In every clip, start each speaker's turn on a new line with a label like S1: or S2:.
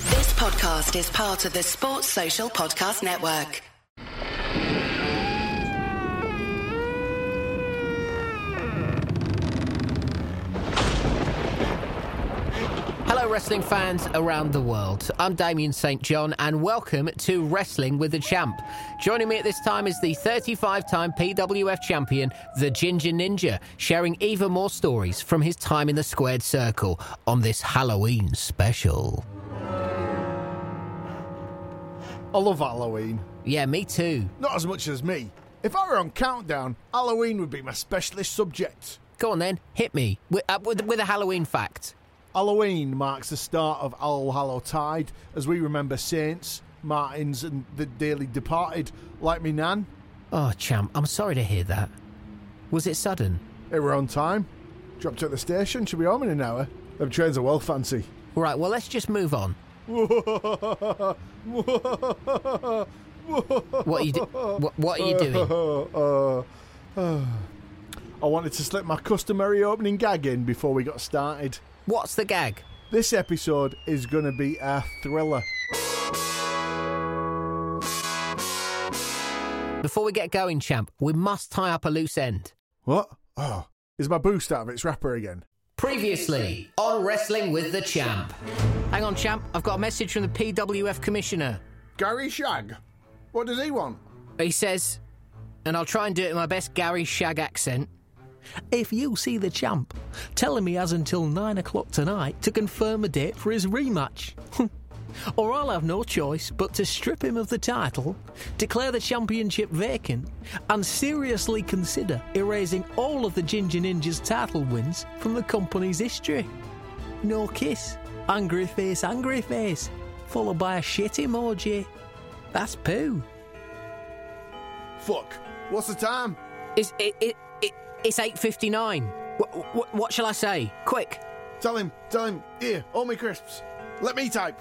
S1: podcast is part of the Sports Social Podcast Network.
S2: Hello, wrestling fans around the world. I'm Damien St. John, and welcome to Wrestling with the Champ. Joining me at this time is the 35 time PWF champion, the Ginger Ninja, sharing even more stories from his time in the squared circle on this Halloween special.
S3: I love Halloween.
S2: Yeah, me too.
S3: Not as much as me. If I were on Countdown, Halloween would be my specialist subject.
S2: Go on then, hit me with, uh, with, with a Halloween fact.
S3: Halloween marks the start of All Hallow Tide as we remember saints, martins, and the dearly departed, like me nan.
S2: Oh, champ, I'm sorry to hear that. Was it sudden?
S3: They were on time. Dropped at the station, should be home in an hour. Them trains are well fancy.
S2: Right, well, let's just move on. What are you, do- what, what are you doing?
S3: Uh, uh, I wanted to slip my customary opening gag in before we got started.
S2: What's the gag?
S3: This episode is going to be a thriller.
S2: Before we get going, champ, we must tie up a loose end.
S3: What? Oh, is my boost out of its wrapper again?
S2: Previously on Wrestling with the Champ. Hang on, champ. I've got a message from the PWF commissioner.
S3: Gary Shag? What does he want?
S2: He says, and I'll try and do it in my best Gary Shag accent.
S4: If you see the champ, tell him he has until nine o'clock tonight to confirm a date for his rematch. or I'll have no choice but to strip him of the title, declare the championship vacant, and seriously consider erasing all of the Ginger Ninja's title wins from the company's history. No kiss, angry face, angry face, followed by a shit emoji. That's poo.
S3: Fuck. What's the time?
S2: It's, it, it, it, it's 8.59. Wh- wh- what shall I say? Quick.
S3: Tell him, tell him, here, all my crisps. Let me type.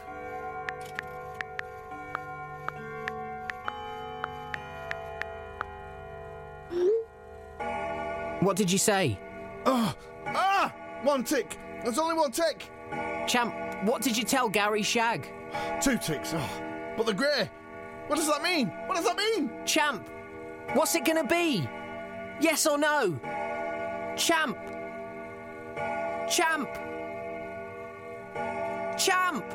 S2: What did you say?
S3: Ah! One tick. There's only one tick.
S2: Champ, what did you tell Gary Shag?
S3: Two ticks. Oh, but the grey. What does that mean? What does that mean?
S2: Champ, what's it gonna be? Yes or no? Champ! Champ! Champ!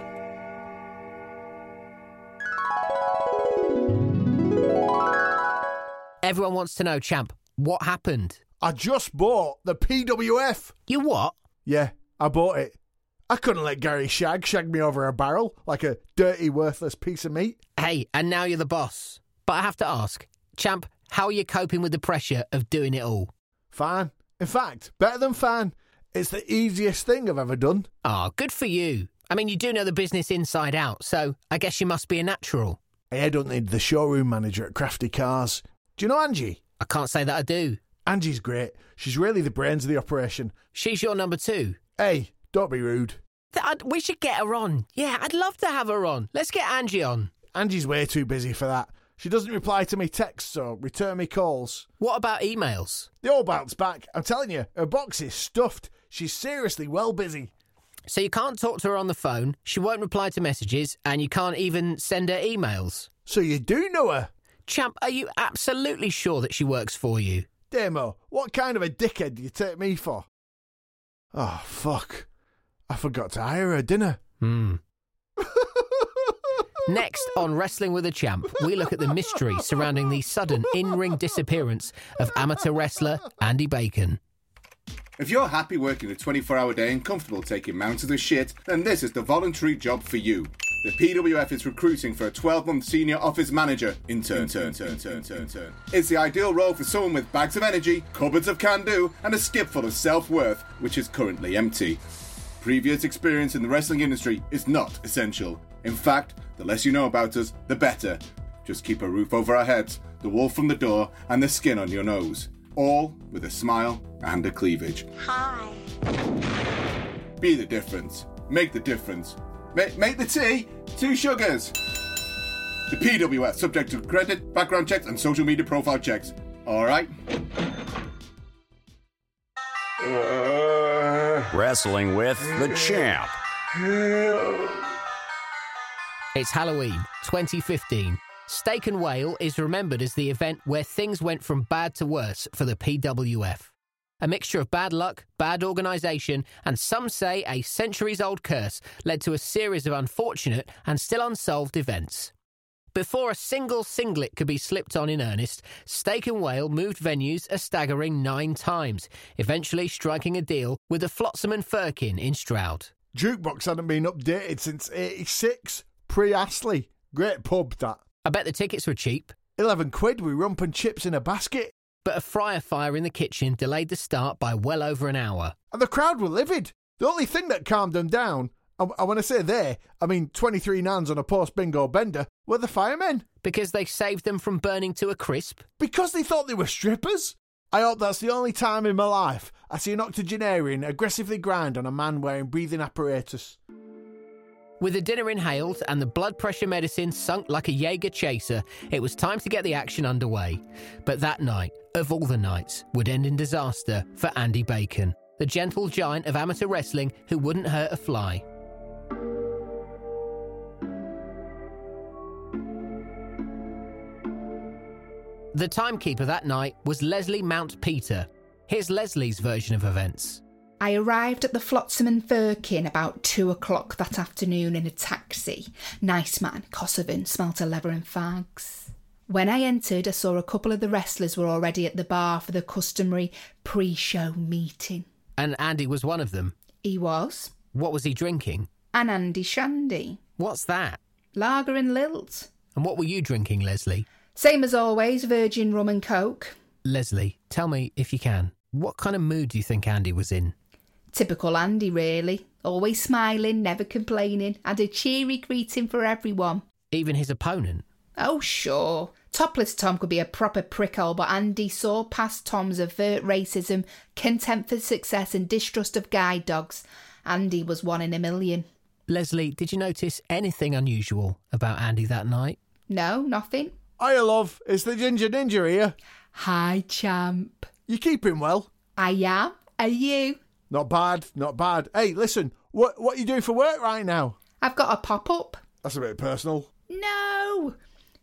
S2: Everyone wants to know, Champ, what happened?
S3: I just bought the PWF.
S2: You what?
S3: Yeah, I bought it. I couldn't let Gary Shag shag me over a barrel like a dirty, worthless piece of meat.
S2: Hey, and now you're the boss. But I have to ask, Champ, how are you coping with the pressure of doing it all?
S3: Fine. In fact, better than fine. It's the easiest thing I've ever done.
S2: Ah, good for you. I mean, you do know the business inside out, so I guess you must be a natural.
S3: I headhunted the showroom manager at Crafty Cars. Do you know Angie?
S2: I can't say that I do.
S3: Angie's great. She's really the brains of the operation.
S2: She's your number two.
S3: Hey, don't be rude.
S2: Th- I'd- we should get her on. Yeah, I'd love to have her on. Let's get Angie on.
S3: Angie's way too busy for that. She doesn't reply to me texts or return me calls.
S2: What about emails?
S3: They all bounce back. I'm telling you, her box is stuffed. She's seriously well busy.
S2: So you can't talk to her on the phone, she won't reply to messages, and you can't even send her emails.
S3: So you do know her?
S2: Champ, are you absolutely sure that she works for you?
S3: Demo, what kind of a dickhead do you take me for? Oh, fuck. I forgot to hire her, didn't I?
S2: Hmm. Next on Wrestling with a Champ, we look at the mystery surrounding the sudden in ring disappearance of amateur wrestler Andy Bacon.
S5: If you're happy working a 24 hour day and comfortable taking mountains of shit, then this is the voluntary job for you. The PWF is recruiting for a 12 month senior office manager intern. Turn, turn, turn, turn, turn. It's the ideal role for someone with bags of energy, cupboards of can do, and a skip full of self worth, which is currently empty. Previous experience in the wrestling industry is not essential. In fact, the less you know about us, the better. Just keep a roof over our heads, the wool from the door, and the skin on your nose. All with a smile and a cleavage. Be the difference. Make the difference. Make, make the tea. Two sugars. The PWF, subject to credit, background checks, and social media profile checks. All right.
S6: Wrestling with the Champ.
S2: It's Halloween 2015. Steak and Whale is remembered as the event where things went from bad to worse for the PWF. A mixture of bad luck, bad organisation, and some say a centuries old curse led to a series of unfortunate and still unsolved events. Before a single singlet could be slipped on in earnest, Steak and Whale moved venues a staggering nine times, eventually striking a deal with the Flotsam and Firkin in Stroud.
S3: Jukebox hadn't been updated since 86, pre Astley. Great pub, that.
S2: I bet the tickets were cheap,
S3: 11 quid with rump and chips in a basket.
S2: but a fryer fire in the kitchen delayed the start by well over an hour.
S3: And the crowd were livid. The only thing that calmed them down, and and when I say they, I mean 23 nans on a post bingo bender, were the firemen.
S2: Because they saved them from burning to a crisp,
S3: Because they thought they were strippers. I hope that's the only time in my life I see an octogenarian aggressively grind on a man wearing breathing apparatus.
S2: With the dinner inhaled and the blood pressure medicine sunk like a Jaeger chaser, it was time to get the action underway. But that night, of all the nights, would end in disaster for Andy Bacon, the gentle giant of amateur wrestling who wouldn't hurt a fly. The timekeeper that night was Leslie Mount Peter. Here's Leslie's version of events.
S6: I arrived at the Flotsam and Firkin about two o'clock that afternoon in a taxi. Nice man, Kosovan, smelt of leather and fags. When I entered, I saw a couple of the wrestlers were already at the bar for the customary pre show meeting.
S2: And Andy was one of them.
S6: He was
S2: What was he drinking?
S6: an Andy Shandy,
S2: What's that?
S6: lager and lilt.
S2: And what were you drinking, Leslie?
S6: Same as always, virgin rum and coke.
S2: Leslie, tell me if you can. What kind of mood do you think Andy was in?
S6: Typical Andy, really. Always smiling, never complaining, had a cheery greeting for everyone.
S2: Even his opponent?
S6: Oh, sure. Topless Tom could be a proper prickhole, but Andy saw past Tom's overt racism, contempt for success, and distrust of guide dogs. Andy was one in a million.
S2: Leslie, did you notice anything unusual about Andy that night?
S6: No, nothing.
S3: Hiya, love. It's the Ginger Ninja here.
S6: Hi, champ.
S3: You keeping well?
S6: I am. Are you?
S3: Not bad, not bad. Hey, listen, what, what you doing for work right now?
S6: I've got a pop up.
S3: That's a bit personal.
S6: No.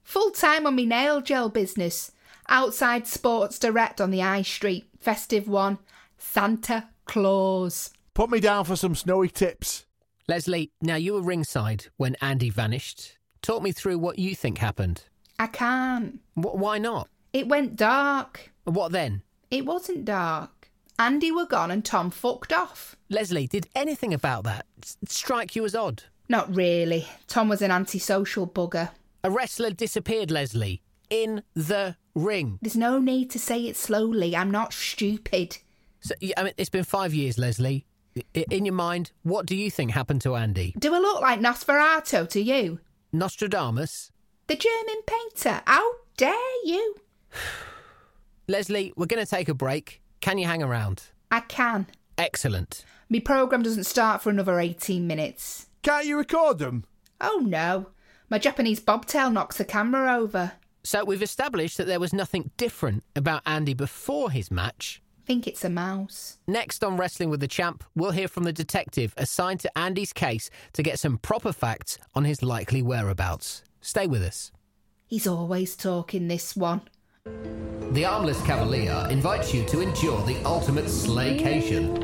S6: Full time on me nail gel business. Outside Sports Direct on the High Street. Festive one. Santa Claus.
S3: Put me down for some snowy tips.
S2: Leslie, now you were ringside when Andy vanished. Talk me through what you think happened.
S6: I can't.
S2: Wh- why not?
S6: It went dark.
S2: What then?
S6: It wasn't dark. Andy were gone and Tom fucked off.
S2: Leslie, did anything about that s- strike you as odd?
S6: Not really. Tom was an antisocial bugger.
S2: A wrestler disappeared, Leslie, in the ring.
S6: There's no need to say it slowly. I'm not stupid.
S2: So, y- I mean, it's been five years, Leslie. I- i- In your mind, what do you think happened to Andy?
S6: Do I look like Nosferatu to you?
S2: Nostradamus?
S6: The German painter. How dare you?
S2: Leslie, we're going to take a break. Can you hang around?
S6: I can.
S2: Excellent.
S6: Me programme doesn't start for another 18 minutes.
S3: Can't you record them?
S6: Oh no. My Japanese bobtail knocks the camera over.
S2: So we've established that there was nothing different about Andy before his match.
S6: Think it's a mouse.
S2: Next on Wrestling with the Champ, we'll hear from the detective assigned to Andy's case to get some proper facts on his likely whereabouts. Stay with us.
S6: He's always talking this one.
S2: The Armless Cavalier invites you to endure the ultimate slaycation.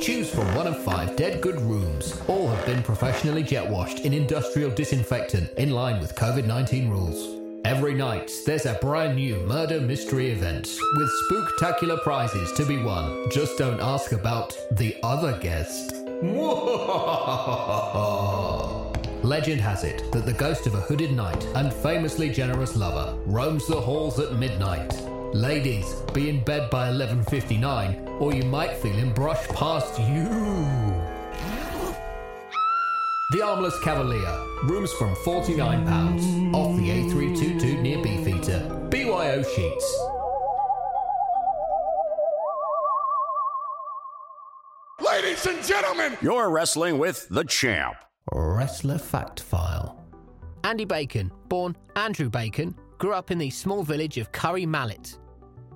S2: Choose from one of five dead good rooms. All have been professionally jet washed in industrial disinfectant in line with COVID 19 rules. Every night, there's a brand new murder mystery event with spooktacular prizes to be won. Just don't ask about the other guest. Legend has it that the ghost of a hooded knight and famously generous lover roams the halls at midnight. Ladies, be in bed by 11:59 or you might feel him brush past you. The Armless Cavalier, rooms from 49 pounds off the A322 near Beefeater. BYO sheets.
S7: Ladies and gentlemen, you're wrestling with the champ.
S2: Wrestler Fact File. Andy Bacon, born Andrew Bacon, grew up in the small village of Curry Mallet.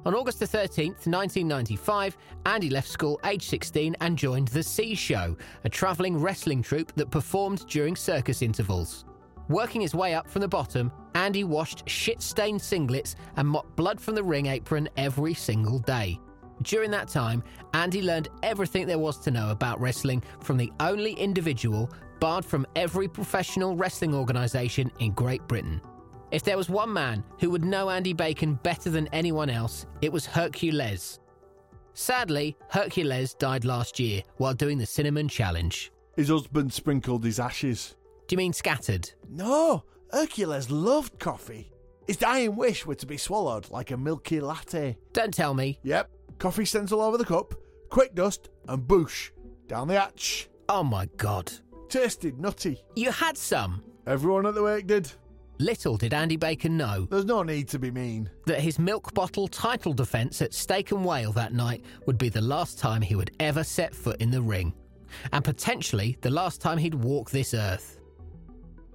S2: On August the 13th, 1995, Andy left school age 16 and joined The Sea Show, a travelling wrestling troupe that performed during circus intervals. Working his way up from the bottom, Andy washed shit stained singlets and mopped blood from the ring apron every single day. During that time, Andy learned everything there was to know about wrestling from the only individual barred from every professional wrestling organisation in Great Britain. If there was one man who would know Andy Bacon better than anyone else, it was Hercules. Sadly, Hercules died last year while doing the Cinnamon Challenge.
S3: His husband sprinkled his ashes.
S2: Do you mean scattered?
S3: No, Hercules loved coffee. His dying wish were to be swallowed like a milky latte.
S2: Don't tell me.
S3: Yep, coffee sent all over the cup, quick dust, and boosh, down the hatch.
S2: Oh my god.
S3: Tasted nutty.
S2: You had some.
S3: Everyone at the wake did.
S2: Little did Andy Bacon know
S3: There's no need to be mean.
S2: that his milk bottle title defence at Steak and Whale that night would be the last time he would ever set foot in the ring, and potentially the last time he'd walk this earth.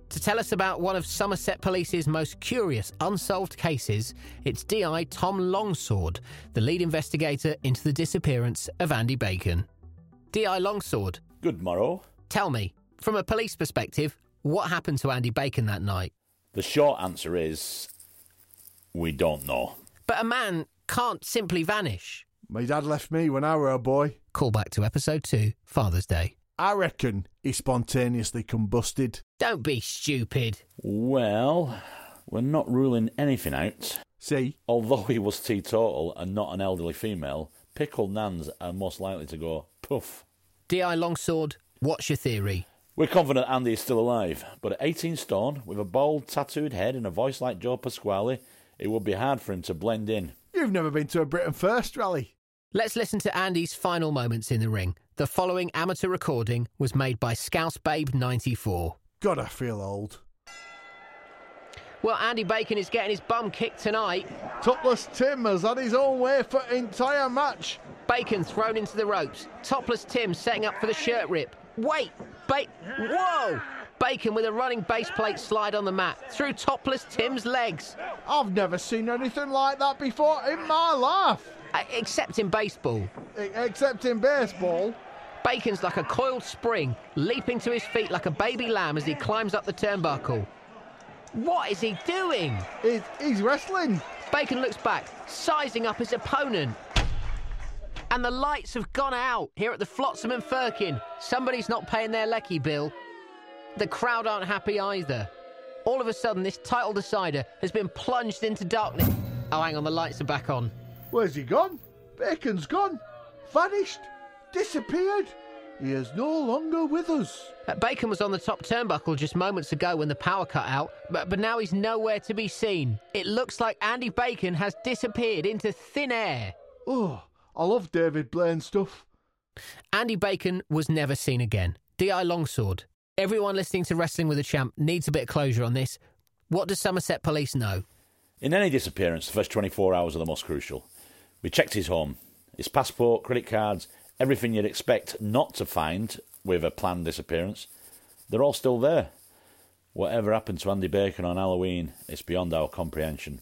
S2: To tell us about one of Somerset Police's most curious unsolved cases, it's DI Tom Longsword, the lead investigator into the disappearance of Andy Bacon. DI Longsword,
S8: Good morrow.
S2: tell me, from a police perspective, what happened to Andy Bacon that night?
S8: The short answer is we don't know.
S2: But a man can't simply vanish.
S3: My dad left me when I were a boy.
S2: Call back to episode two, Father's Day.
S3: I reckon he spontaneously combusted.
S2: Don't be stupid.
S8: Well, we're not ruling anything out.
S3: See,
S8: Although he was teetotal and not an elderly female, pickled nans are most likely to go poof.
S2: D.I. Longsword, what's your theory?
S8: We're confident Andy is still alive, but at 18 stone, with a bald, tattooed head and a voice like Joe Pasquale, it would be hard for him to blend in.
S3: you've never been to a Britain First rally.
S2: Let's listen to Andy's final moments in the ring. The following amateur recording was made by Scouse Babe 94.
S3: God, I feel old.
S2: Well, Andy Bacon is getting his bum kicked tonight.
S3: Topless Tim has had his own way for entire match.
S2: Bacon thrown into the ropes. Topless Tim setting up for the shirt rip. Wait, ba- whoa! Bacon with a running base plate slide on the mat through topless Tim's legs,
S3: I've never seen anything like that before in my life.
S2: Uh, except in baseball.
S3: E- Except in baseball.
S2: Bacon's like a coiled spring, leaping to his feet like a baby lamb as he climbs up the turnbuckle. What is he doing?
S3: He's, he's wrestling.
S2: Bacon looks back, sizing up his opponent. And the lights have gone out here at the Flotsam and Firkin. Somebody's not paying their lecky bill. The crowd aren't happy either. All of a sudden, this title decider has been plunged into darkness. Oh, hang on, the lights are back on.
S3: Where's he gone? Bacon's gone. Vanished. Disappeared. He is no longer with us.
S2: Uh, Bacon was on the top turnbuckle just moments ago when the power cut out, but, but now he's nowhere to be seen. It looks like Andy Bacon has disappeared into thin air.
S3: Oh, I love David Blaine stuff.
S2: Andy Bacon was never seen again. D.I. Longsword. Everyone listening to Wrestling with a Champ needs a bit of closure on this. What does Somerset Police know?
S8: In any disappearance, the first 24 hours are the most crucial. We checked his home, his passport, credit cards, everything you'd expect not to find with a planned disappearance. They're all still there. Whatever happened to Andy Bacon on Halloween is beyond our comprehension.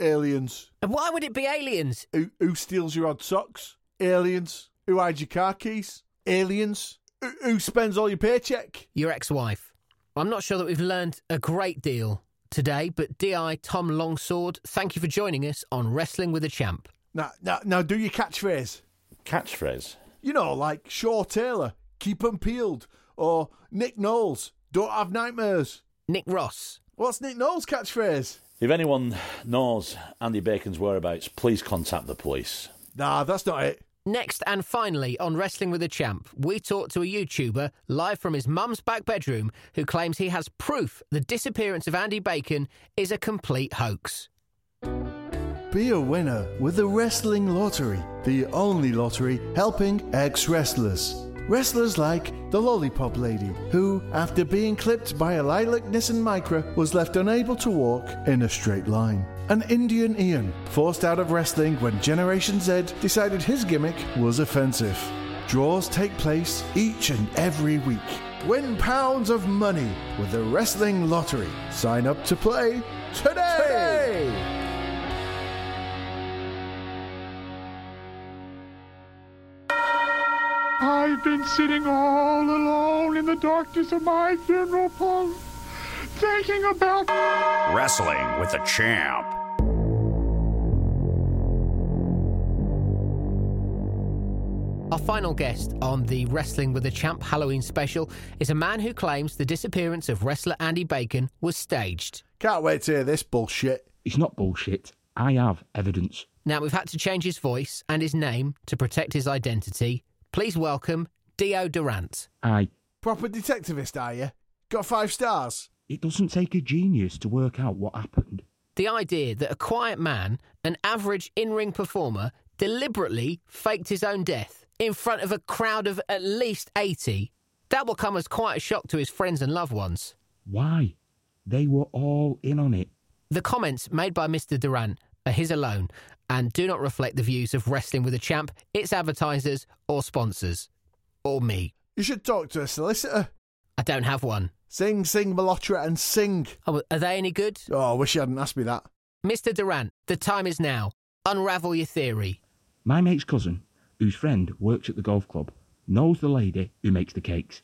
S3: Aliens.
S2: And why would it be aliens?
S3: Who, who steals your odd socks? Aliens. Who hides your car keys? Aliens. Who, who spends all your paycheck?
S2: Your ex wife. I'm not sure that we've learned a great deal today, but D.I. Tom Longsword, thank you for joining us on Wrestling with a Champ.
S3: Now, now, now do your catchphrase.
S8: Catchphrase.
S3: You know, like Shaw Taylor, keep 'em peeled. Or Nick Knowles, don't have nightmares.
S2: Nick Ross.
S3: What's Nick Knowles' catchphrase?
S8: If anyone knows Andy Bacon's whereabouts, please contact the police.
S3: Nah, that's not it.
S2: Next and finally on Wrestling with a Champ, we talk to a YouTuber live from his mum's back bedroom who claims he has proof the disappearance of Andy Bacon is a complete hoax.
S9: Be a winner with the Wrestling Lottery, the only lottery helping ex wrestlers. Wrestlers like the Lollipop Lady, who, after being clipped by a lilac Nissan Micra, was left unable to walk in a straight line. An Indian Ian, forced out of wrestling when Generation Z decided his gimmick was offensive. Draws take place each and every week. Win pounds of money with the Wrestling Lottery. Sign up to play today!
S10: I've been sitting all alone in the darkness of my funeral pall, thinking about?
S7: Wrestling with the champ.
S2: Our final guest on the Wrestling with a Champ Halloween special is a man who claims the disappearance of wrestler Andy Bacon was staged.
S3: Can't wait to hear this bullshit.
S11: It's not bullshit. I have evidence.
S2: Now, we've had to change his voice and his name to protect his identity. Please welcome Dio Durant.
S11: I.
S3: Proper detectivist, are you? Got five stars?
S11: It doesn't take a genius to work out what happened.
S2: The idea that a quiet man, an average in ring performer, deliberately faked his own death in front of a crowd of at least 80, that will come as quite a shock to his friends and loved ones.
S11: Why? They were all in on it.
S2: The comments made by Mr. Durant are his alone and do not reflect the views of Wrestling with a Champ, its advertisers, or sponsors. Or me.
S3: You should talk to a solicitor.
S2: I don't have one.
S3: Sing, sing, Malotra, and sing.
S2: Oh, are they any good?
S3: Oh, I wish you hadn't asked me that.
S2: Mr. Durant, the time is now. Unravel your theory.
S11: My mate's cousin, whose friend works at the golf club, knows the lady who makes the cakes.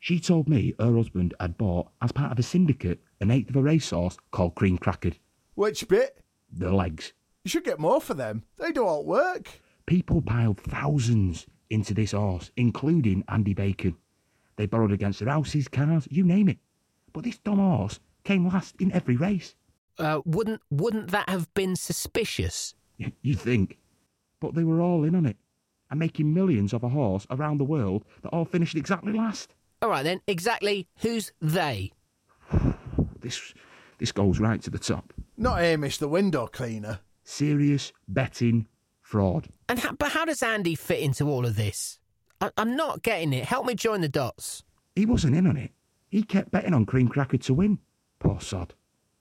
S11: She told me her husband had bought, as part of a syndicate, an eighth of a racehorse called Cream Cracker.
S3: Which bit?
S11: The legs.
S3: You should get more for them. They do all the work.
S11: People piled thousands into this horse, including Andy Bacon. They borrowed against their houses, cars, you name it. But this dumb horse came last in every race.
S2: Uh, wouldn't wouldn't that have been suspicious?
S11: you think. But they were all in on it and making millions of a horse around the world that all finished exactly last.
S2: All right then, exactly who's they?
S11: This this goes right to the top.
S3: Not Amish, the window cleaner.
S11: Serious betting fraud.
S2: And how, but how does Andy fit into all of this? I, I'm not getting it. Help me join the dots.
S11: He wasn't in on it. He kept betting on Cream Cracker to win. Poor sod.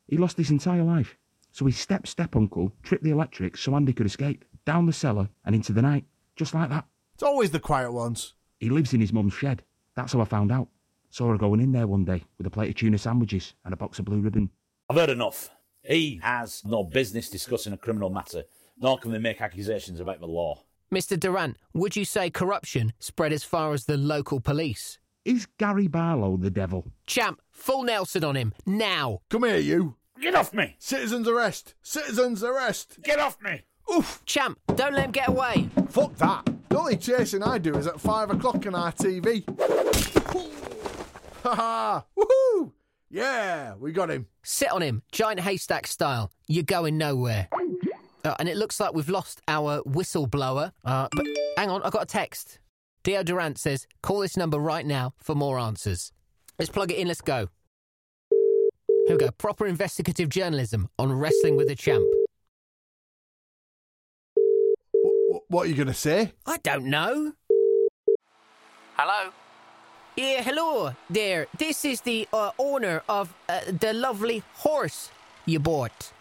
S11: He lost his entire life. So his step step uncle tripped the electric so Andy could escape down the cellar and into the night, just like that.
S3: It's always the quiet ones.
S11: He lives in his mum's shed. That's how I found out. Saw her going in there one day with a plate of tuna sandwiches and a box of blue ribbon.
S8: I've heard enough. He has no business discussing a criminal matter, nor can they make accusations about the law.
S2: Mr. Durant, would you say corruption spread as far as the local police?
S11: Is Gary Barlow the devil?
S2: Champ, full Nelson on him, now!
S3: Come here, you.
S8: Get off me!
S3: Citizens arrest. Citizens arrest.
S8: Get off me!
S3: Oof.
S2: Champ, don't let him get away!
S3: Fuck that. The only chasing I do is at five o'clock on RTV. Ha ha. Woohoo. Yeah, we got him.
S2: Sit on him, giant haystack style. You're going nowhere. Uh, and it looks like we've lost our whistleblower. Uh, but hang on, I got a text. Dio Durant says, call this number right now for more answers. Let's plug it in, let's go. Here we go. Proper investigative journalism on Wrestling with a Champ.
S3: Wh- wh- What are you going to say?
S2: I don't know. Hello? Yeah, hello there. This is the uh, owner of uh, the lovely horse you bought.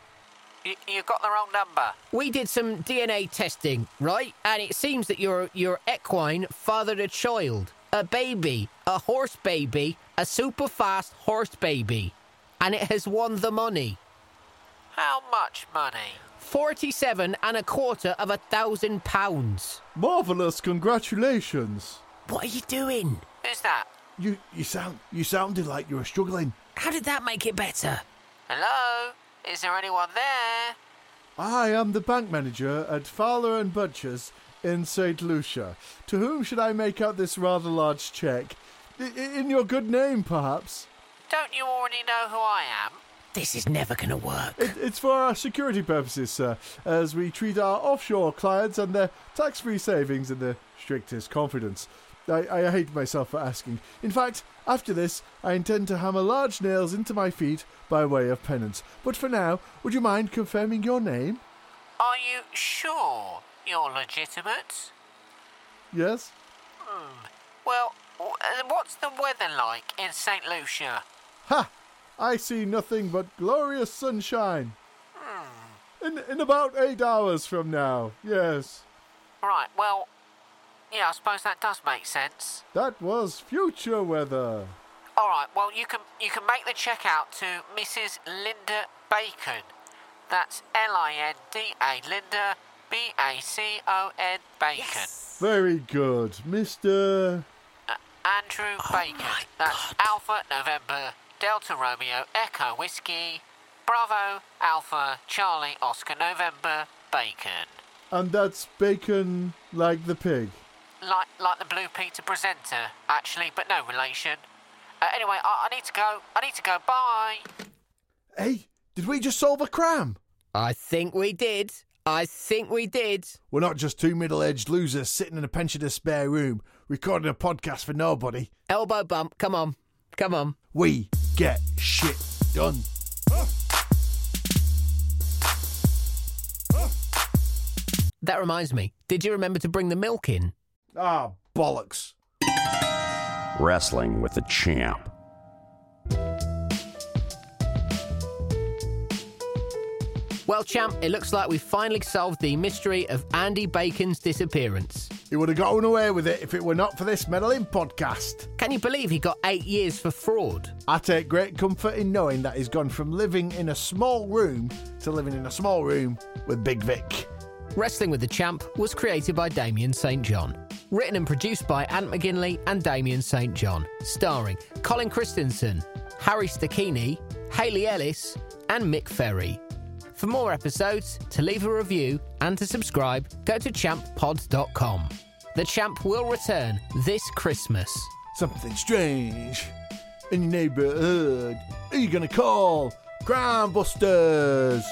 S2: You got the wrong number. We did some DNA testing, right? And it seems that your your equine fathered a child, a baby, a horse baby, a super fast horse baby, and it has won the money. How much money? Forty-seven and a quarter of a thousand pounds.
S3: Marvelous. Congratulations.
S2: What are you doing? Who's that?
S3: You you sound you sounded like you were struggling.
S2: How did that make it better? Hello? Is there anyone there?
S3: I am the bank manager at Fowler and Butchers in St. Lucia. To whom should I make out this rather large check? I- I- In your good name, perhaps?
S2: Don't you already know who I am? This is never going to work.
S3: It, it's for our security purposes, sir, as we treat our offshore clients and their tax free savings in the strictest confidence. I, I hate myself for asking. In fact, after this, I intend to hammer large nails into my feet by way of penance. But for now, would you mind confirming your name?
S2: Are you sure you're legitimate? Hmm.
S3: Yes?
S2: Well, w- uh, what's the weather like in St. Lucia?
S3: Ha! I see nothing but glorious sunshine. In, in about eight hours from now, yes.
S2: Right, well, yeah, I suppose that does make sense.
S3: That was future weather.
S2: All right, well, you can you can make the check out to Mrs. Linda Bacon. That's L I N D A Linda B A C O N Bacon.
S3: Very good, Mr.
S2: Uh, Andrew Bacon. That's Alpha November Delta Romeo, Echo Whiskey, Bravo, Alpha, Charlie, Oscar, November, Bacon.
S12: And that's bacon like the pig.
S2: Like, like the Blue Peter presenter, actually, but no relation. Uh, anyway, I, I need to go. I need to go. Bye.
S3: Hey, did we just solve a crime?
S2: I think we did. I think we did.
S3: We're not just two middle aged losers sitting in a pensioner's spare room recording a podcast for nobody.
S2: Elbow bump. Come on. Come on.
S3: We get shit done.
S2: That reminds me. Did you remember to bring the milk in?
S3: Ah, bollocks.
S7: Wrestling with the champ.
S2: Well, champ, it looks like we've finally solved the mystery of Andy Bacon's disappearance.
S3: He would have gotten away with it if it were not for this meddling podcast.
S2: Can you believe he got eight years for fraud?
S3: I take great comfort in knowing that he's gone from living in a small room to living in a small room with Big Vic.
S2: Wrestling with the Champ was created by Damien St. John. Written and produced by Ant McGinley and Damien St. John. Starring Colin Christensen, Harry Stakini, Hayley Ellis, and Mick Ferry. For more episodes, to leave a review, and to subscribe, go to champpod.com. The Champ will return this Christmas.
S3: Something strange in your neighborhood. Are you going to call Crime Busters?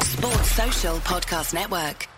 S1: Sports Social Podcast Network.